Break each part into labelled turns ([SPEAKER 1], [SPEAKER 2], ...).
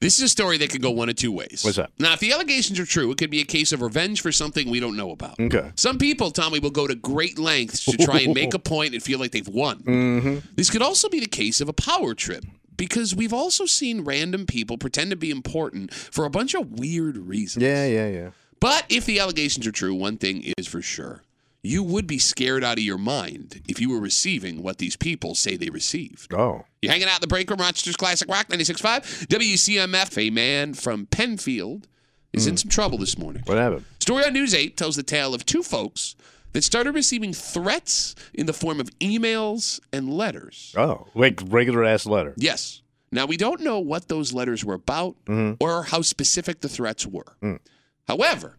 [SPEAKER 1] This is a story that could go one of two ways.
[SPEAKER 2] What's that?
[SPEAKER 1] Now, if the allegations are true, it could be a case of revenge for something we don't know about.
[SPEAKER 2] Okay.
[SPEAKER 1] Some people, Tommy, will go to great lengths to try and make a point and feel like they've won.
[SPEAKER 2] Mm-hmm.
[SPEAKER 1] This could also be the case of a power trip because we've also seen random people pretend to be important for a bunch of weird reasons.
[SPEAKER 2] Yeah, yeah, yeah.
[SPEAKER 1] But if the allegations are true, one thing is for sure. You would be scared out of your mind if you were receiving what these people say they received.
[SPEAKER 2] Oh.
[SPEAKER 1] You're hanging out in the break room, Rochester's Classic Rock 96.5, WCMF. A man from Penfield is in some trouble this morning.
[SPEAKER 2] Hmm. What happened?
[SPEAKER 1] Story on News 8 tells the tale of two folks that started receiving threats in the form of emails and letters.
[SPEAKER 2] Oh. Like regular ass letter.
[SPEAKER 1] Yes. Now, we don't know what those letters were about
[SPEAKER 2] Mm-hmm.
[SPEAKER 1] or how specific the threats were.
[SPEAKER 2] Hmm.
[SPEAKER 1] However,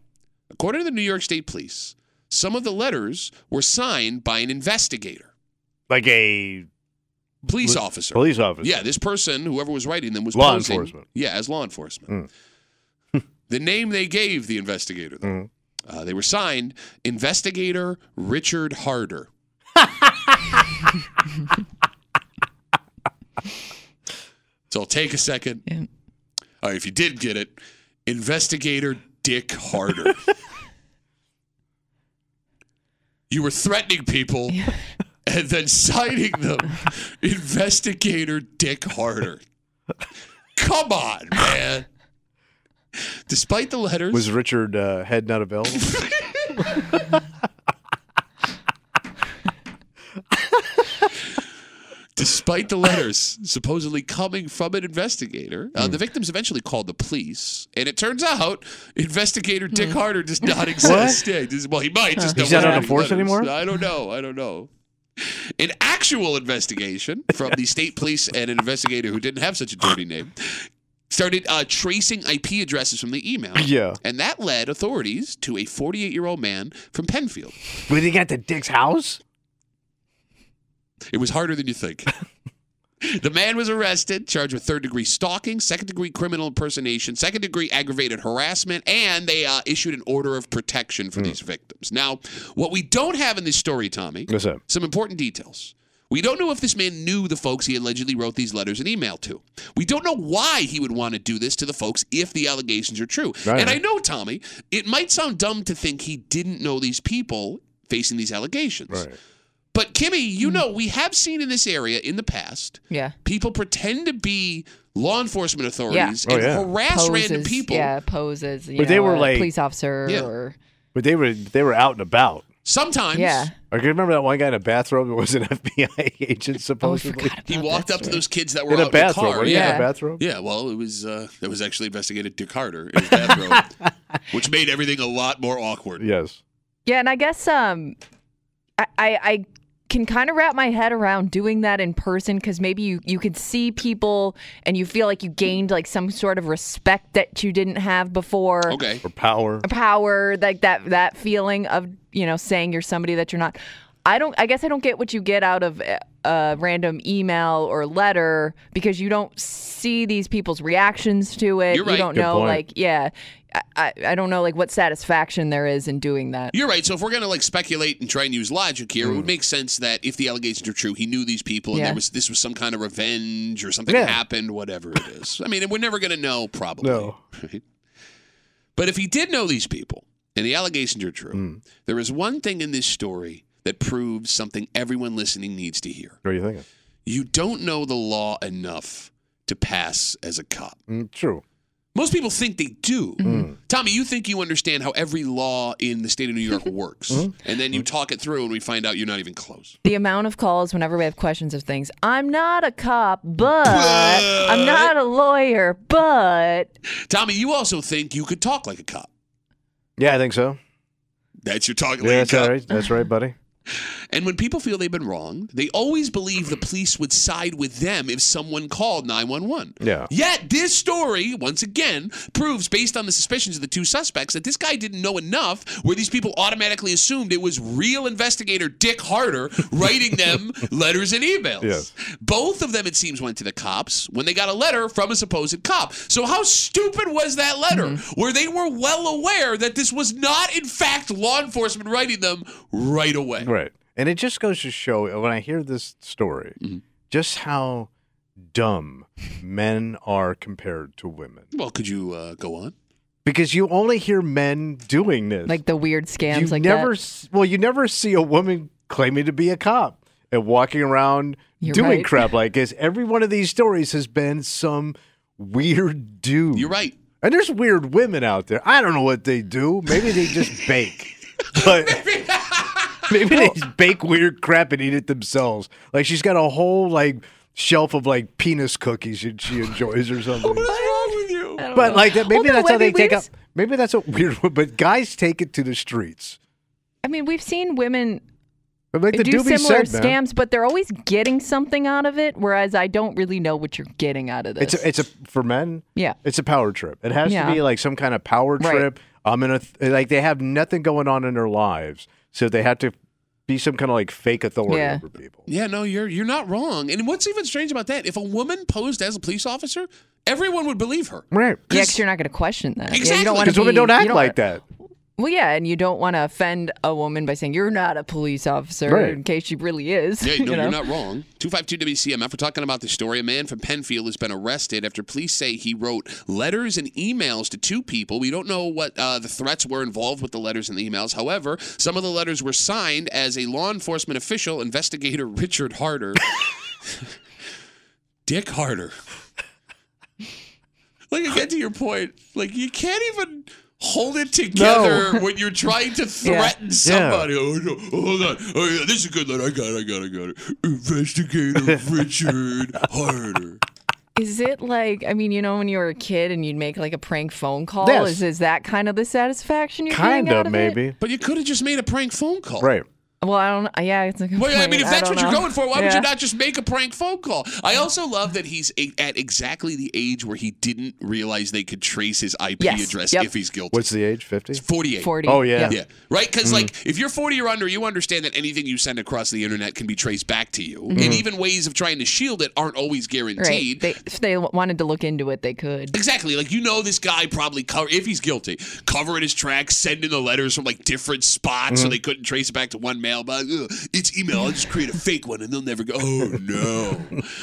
[SPEAKER 1] according to the New York State Police, some of the letters were signed by an investigator,
[SPEAKER 2] Like a
[SPEAKER 1] police officer.
[SPEAKER 2] police officer.
[SPEAKER 1] Yeah, this person, whoever was writing them, was
[SPEAKER 2] Law
[SPEAKER 1] posing-
[SPEAKER 2] enforcement. Mm.
[SPEAKER 1] Yeah, as law enforcement. the name they gave the investigator, though, uh, they were signed Investigator Richard Harder. so take a second. All right, if you did get it, Investigator Dick Harder. you were threatening people and then signing them investigator dick harder come on man despite the letters
[SPEAKER 2] Was Richard uh, head not available?
[SPEAKER 1] despite the letters supposedly coming from an investigator uh,
[SPEAKER 2] Hmm.
[SPEAKER 1] the victims eventually called the police and it turns out investigator dick harder does not exist yeah, he does- well he might just
[SPEAKER 2] He's
[SPEAKER 1] don't
[SPEAKER 2] not on
[SPEAKER 1] have
[SPEAKER 2] the
[SPEAKER 1] any
[SPEAKER 2] force
[SPEAKER 1] letters.
[SPEAKER 2] anymore?
[SPEAKER 1] i don't know i don't know An actual investigation from the state police and an investigator who didn't have such a dirty name started uh, tracing IP addresses from the email.
[SPEAKER 2] Yeah.
[SPEAKER 1] And that led authorities to a 48 year old man from Penfield.
[SPEAKER 2] Was he at the Dick's house?
[SPEAKER 1] It was harder than you think. the man was arrested, charged with third degree stalking, second degree criminal impersonation, second degree aggravated harassment, and they uh, issued an order of protection
[SPEAKER 2] Hmm.
[SPEAKER 1] for these victims. Now, what we don't have in this story, Tommy,
[SPEAKER 2] What's up?
[SPEAKER 1] some important details. We don't know if this man knew the folks he allegedly wrote these letters and email to. We don't know why he would want to do this to the folks if the allegations are true.
[SPEAKER 2] Right.
[SPEAKER 1] And I know, Tommy, it might sound dumb to think he didn't know these people facing these allegations.
[SPEAKER 2] Right.
[SPEAKER 1] But Kimmy,
[SPEAKER 3] Mm.
[SPEAKER 1] you know, we have seen in this area in the past
[SPEAKER 3] Yeah.
[SPEAKER 1] people pretend to be law enforcement authorities
[SPEAKER 2] Oh,
[SPEAKER 1] and
[SPEAKER 2] yeah.
[SPEAKER 1] harass random
[SPEAKER 3] Poses,
[SPEAKER 1] people.
[SPEAKER 3] Yeah, poses. You
[SPEAKER 2] But they
[SPEAKER 3] know,
[SPEAKER 2] were
[SPEAKER 3] a
[SPEAKER 2] like-
[SPEAKER 3] police officer
[SPEAKER 1] Yeah.
[SPEAKER 3] or
[SPEAKER 2] But they were they were out and about.
[SPEAKER 1] Sometimes
[SPEAKER 3] yeah. Oh,
[SPEAKER 2] I can remember that one guy in a bathrobe that was an FBI agent
[SPEAKER 3] Oh, I
[SPEAKER 2] supposedly.
[SPEAKER 3] forgot
[SPEAKER 1] he
[SPEAKER 3] about
[SPEAKER 1] walked
[SPEAKER 3] that
[SPEAKER 1] up to
[SPEAKER 3] story.
[SPEAKER 1] those kids that were
[SPEAKER 2] in
[SPEAKER 1] out
[SPEAKER 2] a bathrobe,
[SPEAKER 1] in the car.
[SPEAKER 2] were you?
[SPEAKER 3] yeah.
[SPEAKER 2] In a bathrobe?
[SPEAKER 1] Yeah, well, it was uh, that was actually investigated Dick Carter in his bathrobe, which made everything a lot more awkward.
[SPEAKER 2] Yes.
[SPEAKER 3] Yeah, and I guess um, I I, I can kind of wrap my head around doing that in person because maybe you you could see people and you feel like you gained like some sort of respect that you didn't have before.
[SPEAKER 1] Okay,
[SPEAKER 2] Or power.
[SPEAKER 3] Power, like that that feeling of you know saying you're somebody that you're not. I don't. I guess I don't get what you get out of a- a random email or letter because you don't see these people's reactions to it.
[SPEAKER 1] You're right.
[SPEAKER 3] You don't
[SPEAKER 2] Good
[SPEAKER 3] know,
[SPEAKER 2] point.
[SPEAKER 3] like, yeah, I, I, I don't know, like, what satisfaction there is in doing that.
[SPEAKER 1] you're right. So if we're gonna like speculate and try and use logic here,
[SPEAKER 2] Mm.
[SPEAKER 1] it would make sense that if the allegations are true, he knew these people, and
[SPEAKER 3] Yeah.
[SPEAKER 1] there was this was some kind of revenge or something
[SPEAKER 2] Yeah.
[SPEAKER 1] happened, whatever it is. I mean, and we're never gonna know, probably.
[SPEAKER 2] No.
[SPEAKER 1] Right? But if he did know these people, and the allegations are true,
[SPEAKER 2] Mm.
[SPEAKER 1] there is one thing in this story that proves something everyone listening needs to hear.
[SPEAKER 2] What are you thinking?
[SPEAKER 1] you don't know the law enough to pass as a cop.
[SPEAKER 2] Mm, true.
[SPEAKER 1] Most people think they do.
[SPEAKER 2] Mm.
[SPEAKER 1] Tommy, you think you understand how every law in the state of New York works.
[SPEAKER 2] Mm-hmm.
[SPEAKER 1] And then you talk it through and we find out you're not even close.
[SPEAKER 3] The amount of calls whenever we have questions of things. I'm not a cop, but I'm not a lawyer, but
[SPEAKER 1] Tommy, you also think you could talk like a cop.
[SPEAKER 2] Yeah, I think so.
[SPEAKER 1] That's your talking
[SPEAKER 2] Yeah,
[SPEAKER 1] like a
[SPEAKER 2] that's
[SPEAKER 1] cop.
[SPEAKER 2] all right. That's right, buddy.
[SPEAKER 1] And when people feel they've been wronged, they always believe the police would side with them if someone called 911.
[SPEAKER 2] Yeah.
[SPEAKER 1] Yet this story, once again, proves based on the suspicions of the two suspects that this guy didn't know enough where these people automatically assumed it was real investigator Dick Harder writing them letters and emails.
[SPEAKER 2] Yes.
[SPEAKER 1] Both of them, it seems, went to the cops when they got a letter from a supposed cop. So, how stupid was that letter
[SPEAKER 2] Mm-hmm.
[SPEAKER 1] where they were well aware that this was not, in fact, law enforcement writing them right away?
[SPEAKER 2] Right. And it just goes to show uh, when I hear this story, just how dumb men are compared to women.
[SPEAKER 1] Well, could you uh, go on?
[SPEAKER 2] Because you only hear men doing this.
[SPEAKER 3] like the weird scams
[SPEAKER 2] you
[SPEAKER 3] like
[SPEAKER 2] never
[SPEAKER 3] that.
[SPEAKER 2] s- well you never see a woman claiming to be a cop and walking around
[SPEAKER 3] You're
[SPEAKER 2] doing
[SPEAKER 3] right.
[SPEAKER 2] crap like this every one of these stories has been some weird dude
[SPEAKER 1] You're right.
[SPEAKER 2] and there's weird women out there i don't know what they do maybe they just bake but maybe they just bake weird crap and eat it themselves like she's got a whole like shelf of like penis cookies that she enjoys or something
[SPEAKER 1] What's wrong with you?
[SPEAKER 2] but like that maybe
[SPEAKER 3] Well, no,
[SPEAKER 2] that's
[SPEAKER 3] I
[SPEAKER 2] how they
[SPEAKER 3] mean,
[SPEAKER 2] take
[SPEAKER 3] weird-
[SPEAKER 2] up maybe that's a weird but guys take it to the streets
[SPEAKER 3] I mean, we've seen women
[SPEAKER 2] But like the
[SPEAKER 3] do
[SPEAKER 2] doobie
[SPEAKER 3] similar
[SPEAKER 2] said, man,
[SPEAKER 3] scams, but they're always getting something out of it, whereas I don't really know what you're getting out of this.
[SPEAKER 2] It's a, it's a for men.
[SPEAKER 3] Yeah.
[SPEAKER 2] it's a power trip. It has to
[SPEAKER 3] Yeah.
[SPEAKER 2] be like some kind of power
[SPEAKER 3] Right.
[SPEAKER 2] trip. I'm in a th- like they have nothing going on in their lives, so they have to be some kind of like fake authority
[SPEAKER 3] Yeah.
[SPEAKER 2] over people.
[SPEAKER 1] Yeah, no, you're you're not wrong. And what's even strange about that? If a woman posed as a police officer, everyone would believe her.
[SPEAKER 2] Right.
[SPEAKER 3] yeah, 'cause you're not going to question that. Yeah,
[SPEAKER 1] Exactly.
[SPEAKER 3] you don't wanna
[SPEAKER 2] Because women
[SPEAKER 3] be-
[SPEAKER 2] don't
[SPEAKER 3] you
[SPEAKER 2] act
[SPEAKER 3] wanna-
[SPEAKER 2] like that.
[SPEAKER 3] Well, yeah, and you don't want to offend a woman by saying you're not a police officer
[SPEAKER 2] Right.
[SPEAKER 3] in case she really is.
[SPEAKER 1] Yeah, no,
[SPEAKER 3] you
[SPEAKER 1] you
[SPEAKER 3] know?
[SPEAKER 1] are not wrong. 252 WCMF, we're talking about this story. A man from Penfield has been arrested after police say he wrote letters and emails to two people. We don't know what uh, the threats were involved with the letters and the emails. However, some of the letters were signed as a law enforcement official, investigator Richard Harder. Dick Harder. Like, again, to your point, like, you can't even. Hold it together when you're trying to threaten somebody. Oh, no. Hold on. Oh, yeah. This is a good letter. I got it. I got it. I got it. Investigator Richard Harder.
[SPEAKER 3] Is it like I mean, you know, when you were a kid and you'd make like a prank phone call?
[SPEAKER 2] Yes.
[SPEAKER 3] Is is that kind of the satisfaction you're
[SPEAKER 2] Kind
[SPEAKER 3] getting
[SPEAKER 2] of
[SPEAKER 3] out of
[SPEAKER 2] maybe.
[SPEAKER 3] It?
[SPEAKER 1] But you could have just made a prank phone call.
[SPEAKER 2] Right.
[SPEAKER 3] Well, I don't. Yeah, it's a good
[SPEAKER 1] Well, I
[SPEAKER 3] point.
[SPEAKER 1] mean, if that's
[SPEAKER 3] don't
[SPEAKER 1] what you're
[SPEAKER 3] know.
[SPEAKER 1] going for, why would
[SPEAKER 3] Yeah.
[SPEAKER 1] you not just make a prank phone call? I also love that he's a- at exactly the age where he didn't realize they could trace his IP
[SPEAKER 3] Yes.
[SPEAKER 1] address
[SPEAKER 3] Yep.
[SPEAKER 1] if he's guilty.
[SPEAKER 2] What's the age? Fifty.
[SPEAKER 1] 48.
[SPEAKER 3] Forty.
[SPEAKER 2] Oh, yeah.
[SPEAKER 1] Yeah, right.
[SPEAKER 3] Mm-hmm.
[SPEAKER 1] Because like, if you're 40 or under, you understand that anything you send across the internet can be traced back to you, and even ways of trying to shield it aren't always
[SPEAKER 3] Mm-hmm. Right.
[SPEAKER 1] guaranteed.
[SPEAKER 3] They, if they wanted to look into it, they could.
[SPEAKER 1] Exactly. Like you know, this guy probably cover if he's guilty, covering his tracks, sending the letters from like different spots, so they couldn't trace it back to one mailbox. Ugh, it's email. I'll just create a fake one, and they'll never go. Oh no!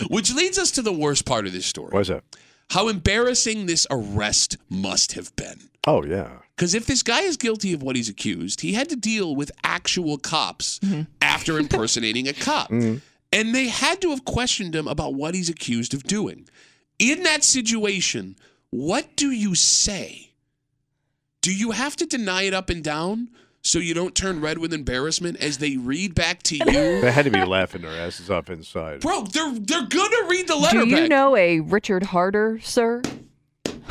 [SPEAKER 1] Which leads us to the worst part of this story:
[SPEAKER 2] What's that?
[SPEAKER 1] how embarrassing this arrest must have been.
[SPEAKER 2] Oh yeah.
[SPEAKER 1] Because if this guy is guilty of what he's accused, he had to deal with actual cops
[SPEAKER 3] Mm-hmm.
[SPEAKER 1] after impersonating a cop. And they had to have questioned him about what he's accused of doing. In that situation, what do you say? Do you have to deny it up and down so you don't turn red with embarrassment as they read back to you?
[SPEAKER 2] They had to be laughing their asses off inside.
[SPEAKER 1] Bro, they're they're gonna read the letter
[SPEAKER 3] Do you
[SPEAKER 1] back.
[SPEAKER 3] know a Richard Harder, sir?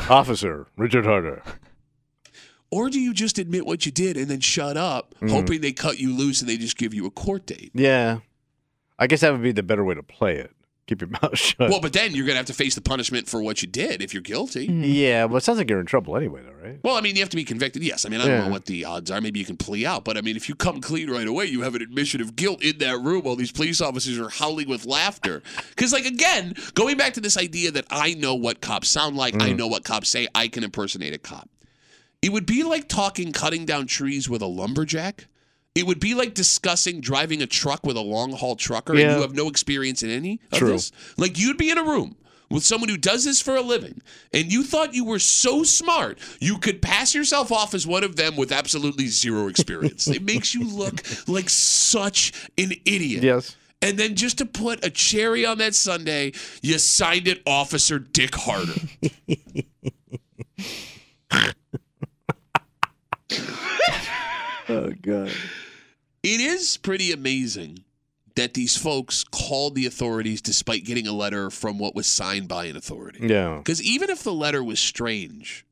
[SPEAKER 2] Officer Richard Harder.
[SPEAKER 1] Or do you just admit what you did and then shut up,
[SPEAKER 3] Mm-hmm.
[SPEAKER 1] hoping they cut you loose and they just give you a court date?
[SPEAKER 2] Yeah. I guess that would be the better way to play it. Keep your mouth shut.
[SPEAKER 1] Well, but then you're going to have to face the punishment for what you did if you're guilty.
[SPEAKER 3] hmm.
[SPEAKER 2] yeah. Well, it sounds like you're in trouble anyway, though, right?
[SPEAKER 1] Well, I mean, you have to be convicted. Yes. I mean, I don't
[SPEAKER 2] Yeah.
[SPEAKER 1] know what the odds are. Maybe you can plea out. But I mean, if you come clean right away, you have an admission of guilt in that room while these police officers are howling with laughter. Because, like, again, going back to this idea that I know what cops sound like,
[SPEAKER 2] Mm.
[SPEAKER 1] I know what cops say, I can impersonate a cop. It would be like talking cutting down trees with a lumberjack. It would be like discussing driving a truck with a long haul trucker and
[SPEAKER 2] Yeah.
[SPEAKER 1] you have no experience in any of
[SPEAKER 2] True.
[SPEAKER 1] this. Like you'd be in a room with someone who does this for a living and you thought you were so smart you could pass yourself off as one of them with absolutely zero experience. it makes you look like such an idiot.
[SPEAKER 2] Yes.
[SPEAKER 1] And then just to put a cherry on that Sunday, you signed it Officer Dick Harder.
[SPEAKER 2] Oh god.
[SPEAKER 1] It is pretty amazing that these folks called the authorities despite getting a letter from what was signed by an authority.
[SPEAKER 2] Yeah.
[SPEAKER 1] Because even if the letter was strange,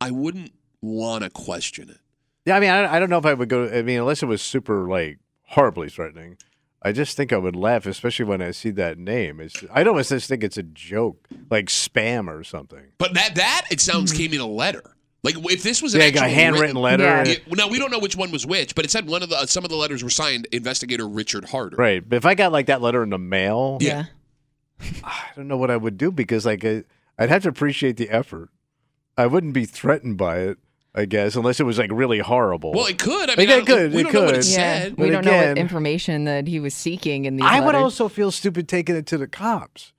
[SPEAKER 1] I wouldn't want to question it.
[SPEAKER 2] Yeah, I mean, I, I don't know if I would go. I mean, unless it was super like horribly threatening, I just think I would laugh, especially when I see that name. It's, I almost just think it's a joke, like spam or something.
[SPEAKER 1] But that that it sounds
[SPEAKER 2] Mm-hmm.
[SPEAKER 1] came in a letter. Like if this was an
[SPEAKER 2] like
[SPEAKER 1] actual
[SPEAKER 2] a handwritten
[SPEAKER 1] written-
[SPEAKER 2] letter.
[SPEAKER 3] Yeah.
[SPEAKER 2] and-
[SPEAKER 1] Yeah, well, now we don't know which one was which, but it said one of the uh, some of the letters were signed investigator Richard Harder.
[SPEAKER 2] Right, but if I got like that letter in the mail,
[SPEAKER 1] Yeah.
[SPEAKER 2] I don't know what I would do because like I, I'd have to appreciate the effort. I wouldn't be threatened by it, I guess, unless it was like really horrible.
[SPEAKER 1] Well, it could. I
[SPEAKER 2] Like,
[SPEAKER 1] mean,
[SPEAKER 2] it
[SPEAKER 1] I don't,
[SPEAKER 2] could,
[SPEAKER 1] we
[SPEAKER 2] it
[SPEAKER 1] don't know what it
[SPEAKER 2] could.
[SPEAKER 3] yeah.
[SPEAKER 1] said.
[SPEAKER 3] We
[SPEAKER 2] But
[SPEAKER 3] don't know
[SPEAKER 2] again-
[SPEAKER 3] what information that he was seeking in these.
[SPEAKER 2] I would
[SPEAKER 3] letters.
[SPEAKER 2] also feel stupid taking it to the cops.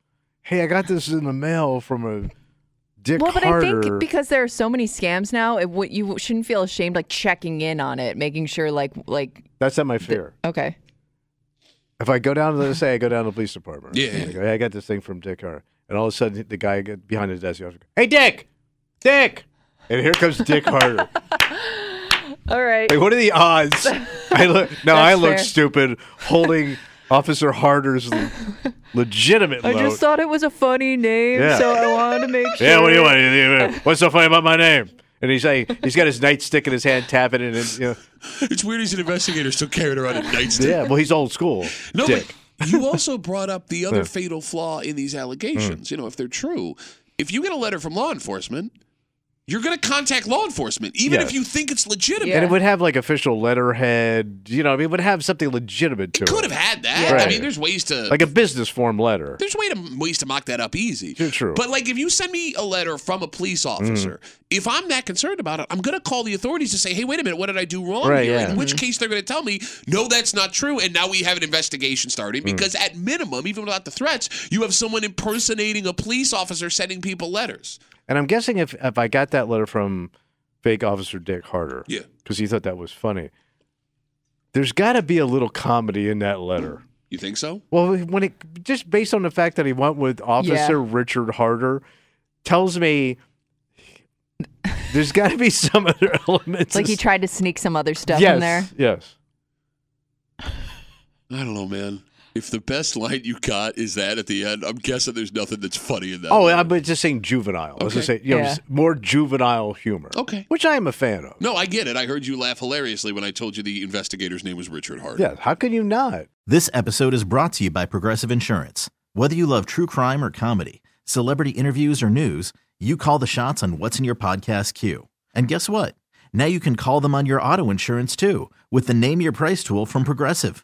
[SPEAKER 2] Hey, I got this in the mail from a Dick
[SPEAKER 3] Well, but
[SPEAKER 2] Harder.
[SPEAKER 3] I think because there are so many scams now, it would you shouldn't feel ashamed like checking in on it, making sure like like
[SPEAKER 2] That's not my fear.
[SPEAKER 3] okay.
[SPEAKER 2] If I go down to the say I go down to the police department,
[SPEAKER 1] Yeah.
[SPEAKER 2] and I, go, hey, I got this thing from Dick Hart, and all of a sudden the guy get- behind his desk goes, "Hey, Dick, Dick," and here comes Dick Harder.
[SPEAKER 3] All right.
[SPEAKER 2] Like, what are the odds? I look now. I
[SPEAKER 3] That's
[SPEAKER 2] look
[SPEAKER 3] fair.
[SPEAKER 2] stupid holding Officer Harder's le- legitimate.
[SPEAKER 3] I
[SPEAKER 2] load.
[SPEAKER 3] just thought it was a funny name,
[SPEAKER 2] Yeah.
[SPEAKER 3] so I wanted to make sure.
[SPEAKER 2] Yeah, what do you want? You- you- What's so funny about my name? And he's like, he's got his nightstick in his hand, tapping it. And, you know,
[SPEAKER 1] It's weird he's an investigator still carrying around a nightstick.
[SPEAKER 2] yeah, well, he's old school.
[SPEAKER 1] No,
[SPEAKER 2] Dick.
[SPEAKER 1] but you also brought up the other fatal flaw in these
[SPEAKER 2] Mm.
[SPEAKER 1] allegations. You know, if they're true, if you get a letter from law enforcement, you're going to contact law enforcement, even
[SPEAKER 2] Yes.
[SPEAKER 1] if you think it's legitimate.
[SPEAKER 3] Yeah.
[SPEAKER 2] And it would have like official letterhead. You know, I mean, it would have something legitimate to
[SPEAKER 1] It
[SPEAKER 2] it.
[SPEAKER 1] could have had that.
[SPEAKER 3] Yeah.
[SPEAKER 1] I
[SPEAKER 2] Right.
[SPEAKER 1] mean, there's ways to
[SPEAKER 2] like a business form letter.
[SPEAKER 1] There's way to, ways to mock that up easy.
[SPEAKER 2] True, true. Mm.
[SPEAKER 1] But like, if you send me a letter from a police officer, if I'm that concerned about it, I'm gonna call the authorities to say, "Hey, wait a minute, what did I do wrong?"
[SPEAKER 2] Right,
[SPEAKER 1] here?"
[SPEAKER 2] yeah.
[SPEAKER 1] In which case, they're gonna tell me, "No, that's not true," and now we have an investigation starting
[SPEAKER 2] Mm.
[SPEAKER 1] because, at minimum, even without the threats, you have someone impersonating a police officer sending people letters.
[SPEAKER 2] And I'm guessing if, if I got that letter from fake Officer Dick Harder,
[SPEAKER 1] Yeah.
[SPEAKER 2] because he thought that was funny, there's got to be a little comedy in that letter.
[SPEAKER 1] You think so?
[SPEAKER 2] Well, when it just based on the fact that he went with Officer Richard Harder, tells me there's got to be some other elements.
[SPEAKER 3] It's like
[SPEAKER 2] of
[SPEAKER 3] he
[SPEAKER 2] s-
[SPEAKER 3] tried to sneak some other stuff
[SPEAKER 2] yes,
[SPEAKER 3] in there.
[SPEAKER 2] Yes.
[SPEAKER 1] I don't know, man. If the best line you got is that at the end, I'm guessing there's nothing that's funny in that.
[SPEAKER 2] Oh,
[SPEAKER 1] letter.
[SPEAKER 2] I'm just saying juvenile. Let's just say
[SPEAKER 1] Okay.
[SPEAKER 2] you know,
[SPEAKER 3] Yeah.
[SPEAKER 2] s- more juvenile humor.
[SPEAKER 1] Okay.
[SPEAKER 2] Which I am a fan of.
[SPEAKER 1] No, I get it. I heard you laugh hilariously when I told you the investigator's name was Richard Harder.
[SPEAKER 2] Yeah. How can you not?
[SPEAKER 4] This episode is brought to you by Progressive Insurance. Whether you love true crime or comedy, celebrity interviews or news, you call the shots on what's in your podcast queue. And guess what? Now you can call them on your auto insurance too with the Name Your Price tool from Progressive.